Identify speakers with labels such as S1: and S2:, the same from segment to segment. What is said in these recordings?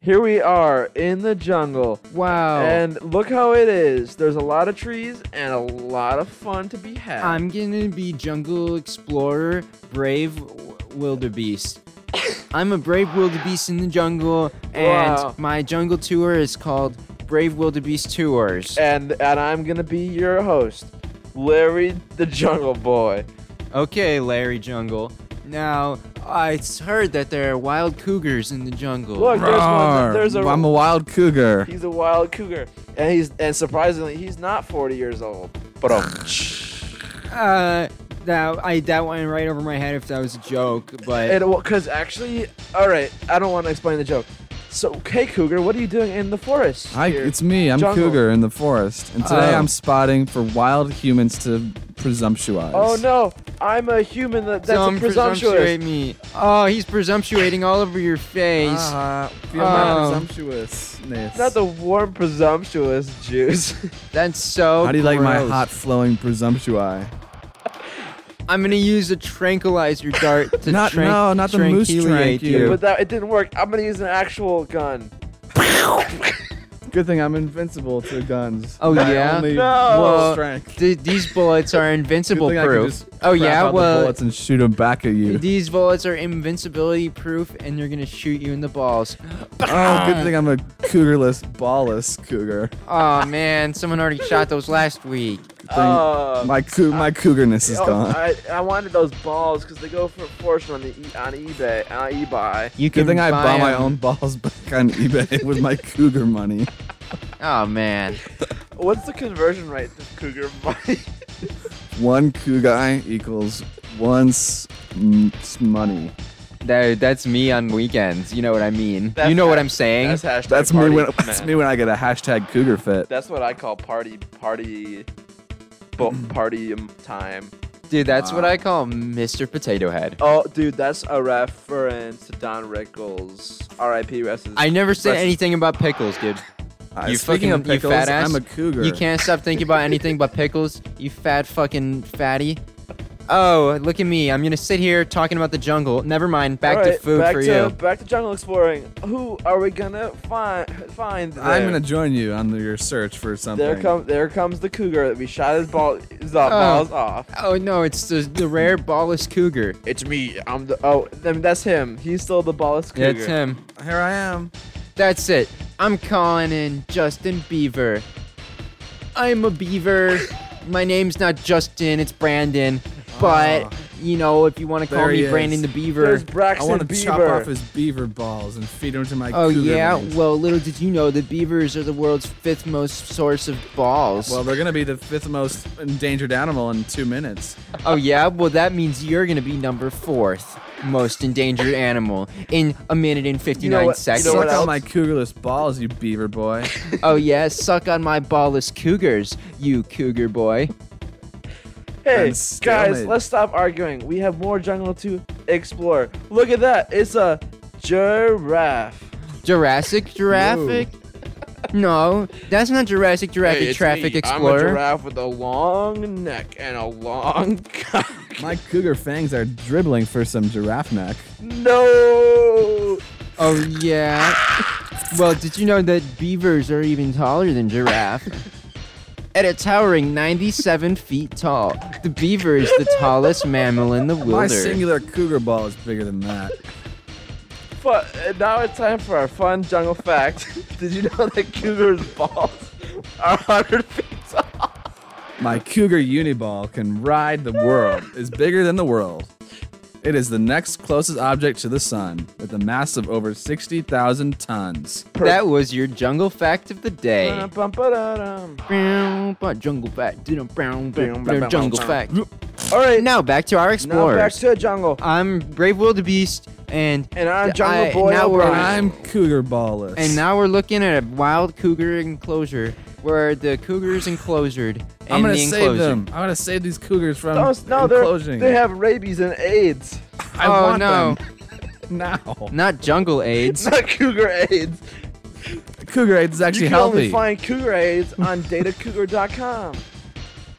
S1: Here we are in the jungle.
S2: Wow.
S1: And look how it is. There's a lot of trees and a lot of fun to be had.
S2: I'm gonna be jungle explorer, brave w- wildebeest. I'm a brave wildebeest in the jungle, and
S1: Wow.
S2: my jungle tour is called Brave Wildebeest Tours.
S1: and and I'm gonna be your host, Larry the Jungle Boy.
S2: Okay, Larry Jungle. Now, I s- heard that there are wild cougars in the jungle.
S1: Look, there's one.
S3: Rawr.
S1: There's a.
S3: I'm a wild cougar.
S1: he's a wild cougar, and he's and surprisingly, he's not 40 years old. But oh,
S2: Uh, that I that went right over my head if that was a joke, but
S1: and because actually, all right, I don't want to explain the joke. So, hey cougar, what are you doing in the forest?
S3: I,
S1: here?
S3: it's me. I'm
S1: Jungle.
S3: cougar in the forest, and today
S2: Oh.
S3: I'm spotting for wild humans to presumptuize.
S1: oh no, I'm a human that, that's
S2: some
S1: a presumptuous.
S2: presumptuate me. Oh, he's presumptuating all over your face.
S1: Uh-huh.
S3: Uh, feel
S2: Oh.
S3: my presumptuousness.
S1: It's not the warm presumptuous juice.
S2: That's so.
S3: How do you like my
S2: gross.
S3: hot flowing presumptui?
S2: I'm gonna use a tranquilizer dart to
S3: Not-
S2: tran-
S3: no, not the moose
S2: tranquiliate
S3: tranq, you.
S1: but that it didn't work. I'm gonna use an actual gun.
S3: Good thing I'm invincible to guns.
S2: Oh,
S3: My
S2: yeah?
S3: Only
S1: No.
S3: well,
S2: Well,
S3: strength.
S2: Th- these bullets are invincible
S3: Good thing I could
S2: proof.
S3: just
S2: Oh
S3: crap out
S2: yeah,
S3: the
S2: well,
S3: bullets and shoot them back at you.
S2: these bullets are invincibility proof, and they're gonna shoot you in the balls.
S3: Oh, good thing I'm a cougarless, ballless cougar.
S2: Oh man, someone already shot those last week.
S1: Uh,
S3: My cou- my cougarness is
S1: oh,
S3: gone.
S1: I, I wanted those balls because they go for a fortune on the e- on eBay on eBay.
S2: You can
S3: Good thing I
S2: buy
S3: bought my
S2: 'em.
S3: own balls back on eBay with my cougar money.
S2: Oh man,
S1: What's the conversion rate to cougar money?
S3: One cougar equals one s- m- s- money.
S2: that, that's me on weekends. You know what I mean.
S1: That's
S2: you know what
S1: ha-
S2: I'm saying.
S1: That's hashtag
S3: That's me
S1: party,
S3: when
S1: man.
S3: that's me when I get a hashtag cougar fit.
S1: That's what I call party party, bo- party um, time.
S2: Dude, that's what
S3: Wow.
S2: I call Mr. Potato Head.
S1: Oh, dude, that's a reference to Don Rickles. R.I.P. Rest in
S2: I never said
S1: Rest-
S2: anything about pickles, dude.
S3: Uh,
S2: You
S3: speaking
S2: fucking-
S3: of
S2: you
S3: pickles,
S2: fat ass.
S3: I'm a cougar.
S2: You can't stop thinking about anything but pickles, you fat fucking fatty. Oh, look at me. I'm gonna sit here talking about the jungle. Never mind. Back
S1: All
S2: to
S1: right,
S2: food
S1: back
S2: for
S1: to,
S2: you.
S1: Back to jungle exploring. Who are we gonna find? Find. There?
S3: I'm gonna join you on your search for something.
S1: There comes there comes the cougar that we shot his ball his uh, balls off.
S2: Oh no, it's the, the rare ballless cougar.
S1: It's me. I'm the oh. I mean, that's him. He's still the ballest cougar.
S2: That's him.
S3: Here I am.
S2: That's it. I'm calling in Justin Beaver. I'm a beaver. My name's not Justin, it's Brandon. But
S3: Ah.
S2: you know, if you want to call
S3: There he
S2: me
S3: is.
S2: Brandon the Beaver,
S1: There's
S3: I
S1: Braxton
S3: want to
S1: Bieber.
S3: chop off his beaver balls and feed them to my
S2: Oh
S3: cougar.
S2: yeah.
S3: mate.
S2: Well, little did you know that beavers are the world's fifth most source of balls.
S3: Well, they're gonna be the fifth most endangered animal in two minutes.
S2: oh yeah. Well, that means you're gonna be number fourth most endangered animal in a minute and
S1: You
S2: 59
S1: know what-
S2: seconds.
S1: You know what else?
S3: Suck on my cougarless balls, you beaver boy.
S2: oh yeah. Suck on my ballless cougars, you cougar boy.
S1: hey
S3: and stalemate.
S1: guys, let's stop arguing. We have more jungle to explore. Look at that. It's a giraffe.
S2: Jurassic Jurassic. No, that's not Jurassic Jurassic Traffic Explorer.
S1: I'm a giraffe with a long neck and a long cock.
S3: my cougar fangs are dribbling for some giraffe neck.
S1: No.
S2: Oh yeah. Well, did you know that beavers are even taller than giraffe? At a towering 97 feet tall, the beaver is the tallest mammal in the
S3: My
S2: wilderness.
S3: singular cougar ball is bigger than that.
S1: But uh, now it's time for our fun jungle fact. Did you know that cougars' balls are 100 feet tall?
S3: My cougar uniball can ride the world, is bigger than the world. It is the next closest object to the sun, with a mass of over 60,000 tons.
S2: That was your jungle fact of the day.
S1: All
S2: Jungle fact. Jungle fact.
S1: right,
S2: Now back to our
S1: now back
S2: explorers.
S1: to the jungle.
S2: I'm Brave Wildebeest, and
S1: And I'm Jungle
S2: I-
S1: Boy
S2: now we're-
S3: And
S1: O'Brien.
S3: I'm cougar ballless.
S2: and now we're looking at a wild cougar enclosure where the cougar is enclosured.
S3: I'm
S2: in
S3: gonna
S2: the
S3: save
S2: enclosure.
S3: them. I'm gonna save these cougars from
S1: No, s- no, they're,
S3: enclosing.
S1: they have rabies and AIDS.
S3: I
S2: Oh,
S3: want
S2: no.
S3: them now.
S2: Not jungle
S1: It's
S2: AIDS.
S1: not cougar AIDS.
S3: Cougar AIDS is
S1: you
S3: actually
S1: can only
S3: healthy.
S1: find cougar AIDS on datacougar.com.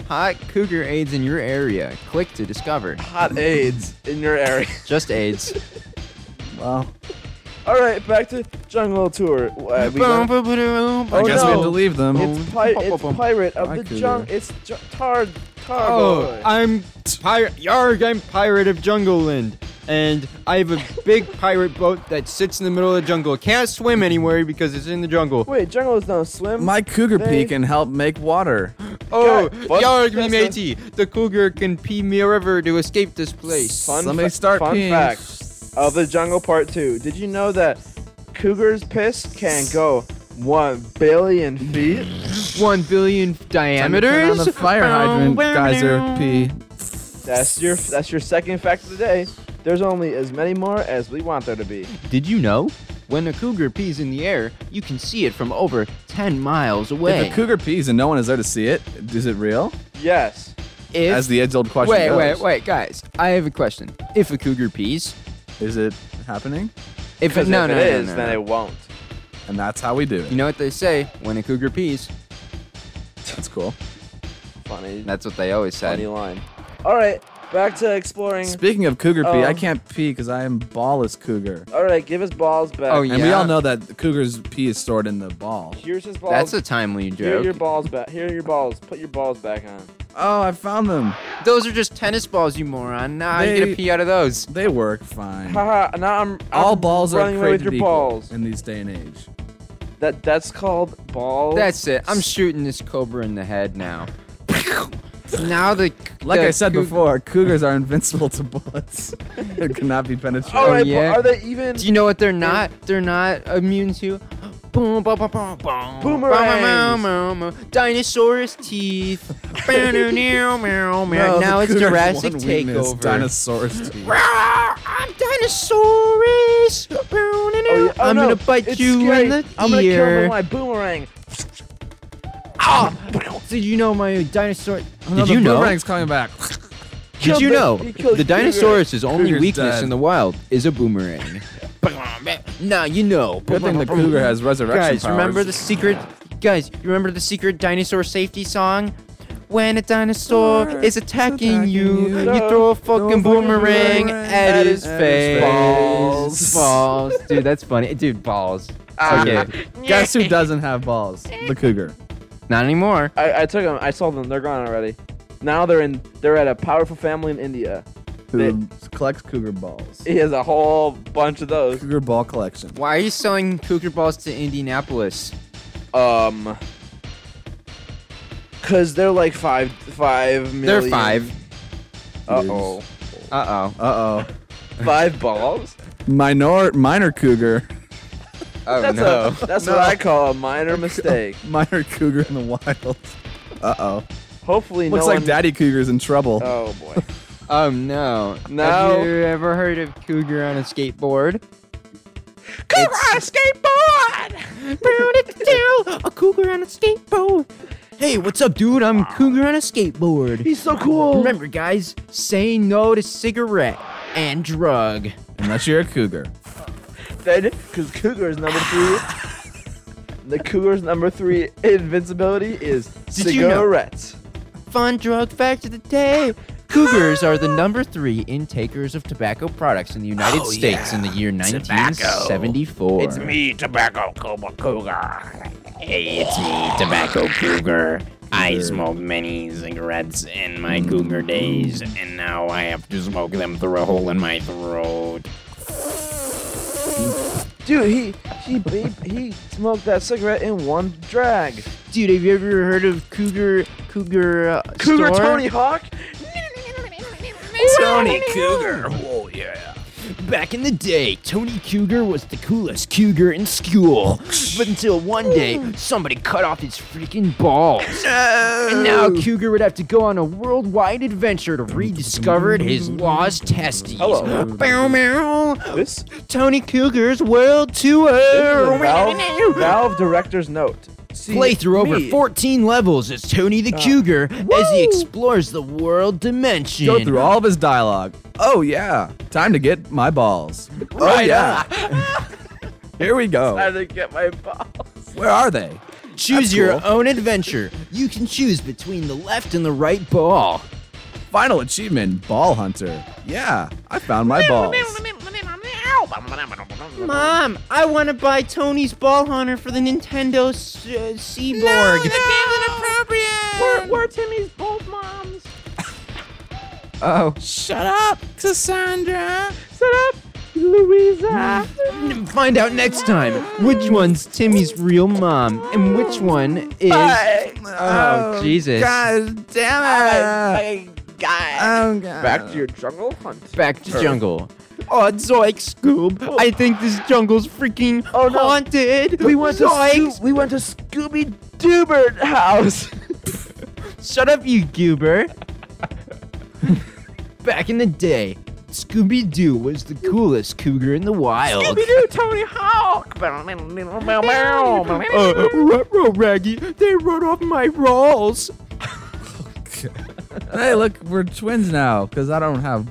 S2: Hot cougar AIDS in your area. Click to discover.
S1: Hot AIDS in your area.
S2: Just AIDS.
S3: Wow.
S1: All right, back to jungle tour. Uh, we went-
S2: Bum, bum, ba-da-bum,
S1: Oh,
S3: I guess
S1: no.
S3: we have to leave them.
S1: it's, pi- it's pirate of
S3: I
S1: the
S3: could-
S1: jungle. It's ju- tar tar
S2: Oh,
S1: boy.
S2: I'm pirate. Yarg, I'm pirate of Jungleland. And I have a big pirate boat that sits in the middle of the jungle. Can't swim anywhere because it's in the jungle.
S1: Wait, jungles don't swim.
S3: My cougar
S1: They-
S3: pee can help make water.
S2: Oh,
S1: what?
S2: Yarg, me
S1: That's
S2: matey. The cougar can pee me a river to escape this place.
S1: Fun
S3: Somebody
S1: fa-
S3: start
S1: fun
S3: peeing.
S1: fact of the jungle part two. Did you know that cougars piss can go one billion feet?
S2: One billion
S3: Time to turn
S2: diameters?
S3: on the
S1: Oh,
S3: fire hydrant, geyser pee.
S1: That's your that's your second fact of the day. There's only as many more as we want there to be.
S2: Did you know? When a cougar pees in the air, you can see it from over 10 miles away.
S3: If a cougar pees and no one is there to see it, is it real?
S1: Yes.
S2: If-
S3: As the age-old question
S2: wait,
S3: goes,
S2: wait, wait, guys. I have a question. If a cougar pees,
S3: is it happening?
S2: if it,
S1: Because
S2: no,
S1: if
S2: no,
S1: it
S2: no,
S1: is,
S2: no,
S1: then
S2: no.
S1: it won't.
S3: And that's how we do
S2: You
S3: it.
S2: know what they say? When a cougar pees,
S3: That's cool.
S1: Funny.
S2: that's what they always
S1: funny
S2: said.
S1: line. All right, back to exploring.
S3: Speaking of cougar pee,
S1: Oh.
S3: I can't pee because I am ballless cougar.
S1: All right, give his balls back.
S2: Oh,
S3: And we
S2: Yeah.
S3: all know that the cougar's pee is stored in the ball.
S1: Here's his balls.
S2: That's a timely
S1: Here are your
S2: joke.
S1: balls back. Here are your balls. Put your balls back on.
S3: Oh, I found them.
S2: Those are just tennis balls, you moron. Nah, you get
S3: They-
S2: a pee out of those.
S3: They work fine.
S1: Haha. Now I'm.
S3: all
S1: I'm
S3: balls are
S1: running away with
S3: created
S1: your
S3: equal
S1: balls.
S3: in these day and age.
S1: That that's called balls.
S2: That's it. I'm shooting this cobra in the head now. now the
S3: Like
S2: the
S3: I said
S2: cou-
S3: before, cougars are invincible to bullets. it cannot be penetrated.
S1: All right, but
S2: yeah.
S1: Oh, are they even?
S2: Do you know what they're not? They're not immune to. Boom, ba, ba, ba, ba,
S1: Boomerangs.
S2: ba, ba, ba, ba, Dinosaurus teeth. Ba, do, meow, meow, meow.
S3: No,
S2: now
S3: the
S2: it's
S3: cougar's
S2: Jurassic
S3: one weakness,
S2: Takeover.
S3: Dinosaurs. teeth.
S2: Rawr, I'm Dinosaurus. Ba, do, meow.
S1: Oh, yeah. Oh,
S2: I'm
S1: no,
S2: gonna bite
S1: it's
S2: you
S1: scary.
S2: in the
S1: I'm gonna kill him
S2: ear.
S1: with my boomerang.
S2: Did you know my dinosaur?
S3: Oh, no,
S2: Did
S3: the
S2: you know?
S3: Boomerang's coming back.
S2: Did
S1: Killed
S2: you
S1: the-
S2: know
S1: he killed Cougar.
S2: the dinosaur's only
S3: Cougar's
S2: weakness
S3: dead.
S2: in the wild is a boomerang? nah, you know.
S3: Good thing the cougar has resurrection
S2: Guys, remember
S3: powers.
S2: the secret? Guys, you remember the secret dinosaur safety song? When a dinosaur
S3: Sure,
S2: is attacking,
S3: attacking
S2: you,
S3: you.
S1: No,
S2: you throw a
S3: throw a
S2: fucking
S3: fucking
S2: boomerang
S3: boomerang
S2: at his face.
S3: Balls.
S2: Balls. Dude, that's funny. Dude, balls. Okay.
S3: Guess who doesn't have balls? The cougar.
S2: Not anymore.
S1: I, I took them. I sold them. They're gone already. Now they're in. They're at a powerful family in India.
S3: Who collects cougar balls?
S1: He has a whole bunch of those.
S3: Cougar ball collection.
S2: Why are you selling cougar balls to Indianapolis?
S1: Um, cause they're like five, five
S2: They're
S1: million.
S2: five.
S1: Uh oh.
S2: Uh oh.
S3: Uh oh.
S1: Five balls.
S3: Minor minor cougar.
S2: Oh
S1: That's
S2: no.
S1: a. That's
S3: No.
S1: what I call a minor mistake.
S3: Minor cougar in the wild. Uh oh.
S1: Hopefully,
S3: Looks
S1: no
S3: like
S1: one-
S3: daddy cougar's in trouble.
S1: Oh boy.
S2: Oh no.
S1: No.
S2: Have you ever heard of cougar on a skateboard?
S1: Come on, skateboard.
S2: a cougar on a skateboard. Hey, what's up, dude? I'm a cougar on a skateboard.
S1: He's so cool.
S2: Remember, guys, say no to cigarette and drug.
S3: Unless you're a cougar.
S1: Then, because Cougar is number three. the Cougar's number three invincibility is
S2: Did you know-
S1: cigarettes.
S2: Fun drug fact of the day. Cougars are the number three intakers of tobacco products in the United States in the year 1974. Oh, It's me,
S4: tobacco cougar. I smoked many cigarettes in my cougar days, and now I have to smoke them through a hole in my throat.
S1: Dude, he he ba- he smoked that cigarette in one drag.
S2: dude. Have you ever heard of cougar cougar uh,
S1: Cougar
S2: store?
S1: Tony Hawk.
S4: Tony Cougar. Oh yeah.
S2: Back in the day, Tony Cougar was the coolest cougar in school. But until one day, somebody cut off his freaking balls. And now Cougar would have to go on a worldwide adventure to rediscover his lost testes.
S1: Hello.
S2: Bow, meow.
S1: This
S2: Tony Cougar's World Tour.
S1: the Valve, Valve director's note. See,
S2: Play through over
S1: me,
S2: 14 levels as Tony the Cougar as he explores the world dimension.
S3: Go through all of his dialogue. Oh yeah. Time to get my balls. Oh yeah. Here we
S1: I
S3: go.
S1: had to get my balls.
S3: Where are they?
S2: Choose
S3: That's
S2: your
S3: cool.
S2: own adventure. You can choose between the left and the right ball.
S3: Final achievement, ball hunter. Yeah, I found my balls.
S2: Mom, I want to buy Tony's Ball Hunter for the Nintendo S- uh, Seaborg.
S1: We're, we're Timmy's both moms.
S2: Oh,
S4: Shut up, Cassandra.
S1: Shut up, Louisa.
S2: n- find out next time which one's Timmy's real mom and which one is. Oh, Jesus.
S3: God damn it.
S1: I, Oh, God.
S3: Oh, God.
S1: Back to your jungle hunt.
S2: Back to jungle. Oh, Zoink Scoob. I think this jungle's freaking
S1: Oh, no.
S2: haunted.
S1: We went to
S2: Zoinks.
S1: Scoo- we went to Scooby Doobert house.
S2: Shut up, you goober. Back in the day, Scooby Doo was the coolest cougar in the wild.
S1: Scooby Doo, Tony Hawk.
S2: Uh, ruh-roh, Raggy, they run off my rolls.
S3: Hey, look, we're twins now because I don't have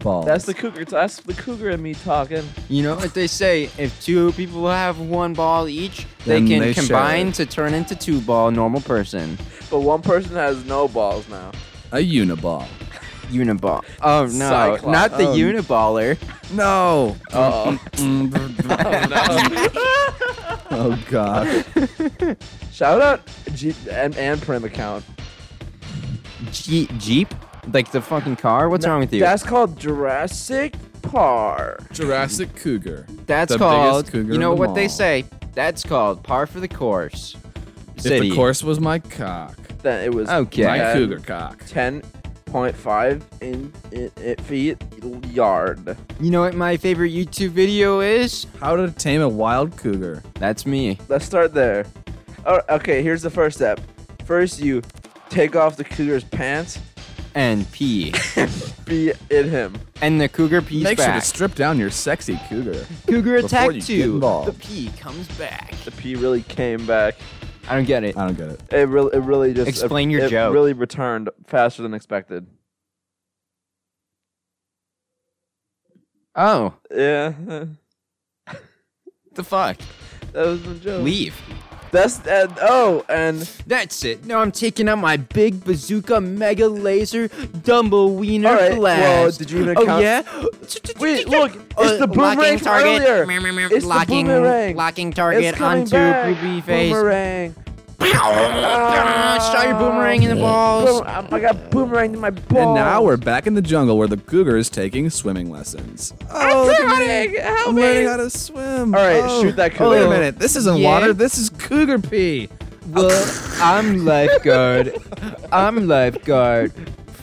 S3: balls.
S1: That's the cougar. That's the cougar and me talking.
S2: You know what they say? If two people have one ball each, they
S3: Then
S2: can
S3: they share
S2: combine
S3: it.
S2: to turn into two ball normal person.
S1: But one person has no balls now.
S3: a uniball.
S2: Uniball. Oh no,
S1: Cyclops.
S2: not the
S3: Oh.
S2: uniballer.
S3: No. Mm,
S1: Uh-oh.
S3: oh God.
S1: Shout out G- and, and Prim account.
S2: Je- Jeep? Like the fucking car? What's wrong with you?
S1: That's called Jurassic Park.
S3: Jurassic cougar.
S2: That's
S3: the biggest
S2: called.
S3: cougar
S2: You know
S3: of them
S2: what they
S3: all.
S2: say? That's called par for the course. City.
S3: If the course was my cock,
S1: Then it was
S2: Okay.
S3: my
S2: Yeah.
S3: cougar cock.
S1: 10.5 in, in, in feet yard.
S2: You know what my favorite YouTube video is?
S3: How to tame a wild cougar.
S2: That's me.
S1: Let's start there. Oh, okay, here's the first step. First, you take off the cougar's pants,
S2: And pee.
S1: be in him.
S2: and the cougar pees
S3: Make sure
S2: back.
S3: to strip down your sexy cougar.
S2: cougar
S3: before
S2: attack
S3: you get
S2: two.
S3: involved.
S2: The pee comes back.
S1: The pee really came back.
S2: I don't get it.
S3: I don't get it.
S1: It really, it really just
S2: Explain
S1: it,
S2: your
S1: it
S2: joke.
S1: Really returned faster than expected.
S2: Oh,
S1: Yeah, that
S2: the fuck.
S1: was the
S3: Oh.
S1: joke.
S2: Leave.
S1: That's and oh, and
S2: That's it. Now I'm taking out my big bazooka mega laser dumbo wiener
S1: All right, well,
S2: blast.
S1: did you even
S2: oh,
S1: count-
S2: yeah?
S1: wait, look,
S2: Uh,
S1: it's the boomerang
S2: locking
S1: from
S2: target.
S1: earlier.
S4: Meow, meow, meow.
S1: It's
S2: locking,
S1: the boomerang.
S2: locking
S1: It's
S2: target
S1: coming
S2: onto
S1: back.
S2: Poopy face.
S1: Boomerang.
S2: Ah, shot your boomerang in the balls.
S1: Ah. Boom- I got boomerang in my balls.
S3: And now we're back in the jungle where the cougar is taking swimming lessons.
S1: Oh, look at me. Help
S3: I'm
S1: me.
S3: learning how to swim. Oh.
S1: All right, shoot that cougar.
S3: Wait a minute. This isn't
S2: Yeah.
S3: water. This is cougar pee.
S2: Well, I'm lifeguard. I'm lifeguard.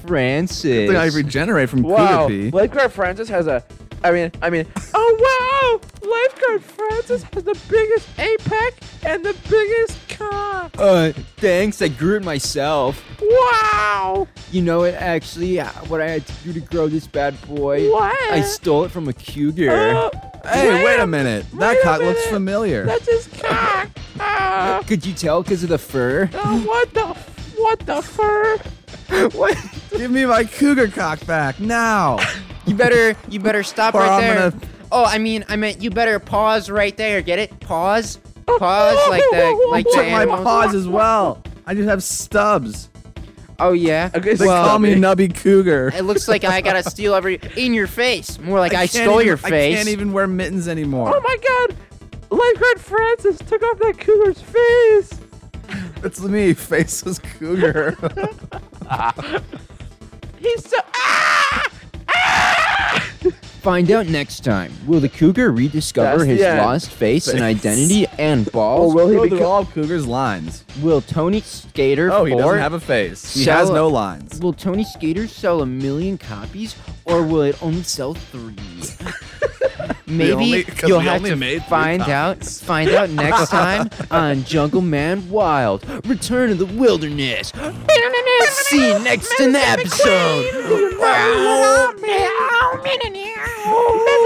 S2: Francis.
S3: I regenerate from
S1: Wow,
S3: cougar pee.
S1: lifeguard Francis has a. I mean, I mean. Oh wow, lifeguard Francis has the biggest APEC and the biggest cock.
S2: Uh, thanks. I grew it myself.
S1: Wow.
S2: You know it actually. uh, What I had to do to grow this bad boy.
S1: What?
S2: I stole it from a cougar.
S1: Oh,
S3: Hey, wait a minute.
S1: wait
S3: that
S1: a
S3: cock looks
S1: minute.
S3: familiar.
S1: That's his cock. Ah.
S2: Could you tell because of the fur?
S1: Oh, what the? f- What the fur?
S2: what?
S3: Give me my cougar cock back now.
S2: You better. You better stop
S3: Or
S2: right
S3: I'm
S2: there.
S3: gonna-
S2: Oh, I mean, I meant you better pause right there. Get it? Pause. Pause like the like the
S3: Took my
S2: animals.
S3: paws as well. I just have stubs.
S2: Oh yeah.
S1: Okay,
S3: They
S1: Well,
S3: call me Nubby Cougar.
S2: It looks like I gotta steal every in your face. More like I,
S3: can't
S2: stole
S3: even-
S2: your face.
S3: I can't even wear mittens anymore.
S1: Oh my God! Lifeguard Francis took off that cougar's face.
S3: That's me, faceless cougar.
S1: He's so. Ah!
S2: Find out next time. Will the cougar rediscover
S1: That's
S2: his
S1: the end.
S2: lost face, and
S3: Face. Oh,
S2: identity and balls?
S1: Or will he
S3: Go
S1: be?
S3: through all of Cougar's lines.
S2: will Tony Skater
S3: Oh, he
S2: four?
S3: doesn't have a face. He
S2: Shall-
S3: has no lines.
S2: will Tony Skater sell a million copies, or will it only sell three? Maybe
S3: only- 'cause
S2: you'll
S3: we
S2: have
S3: only
S2: to
S3: made three
S2: find out.
S3: copies.
S2: Find out next time on Jungle Man Wild: Return to the Wilderness. See you next in the episode.
S1: Meow, meow, meow.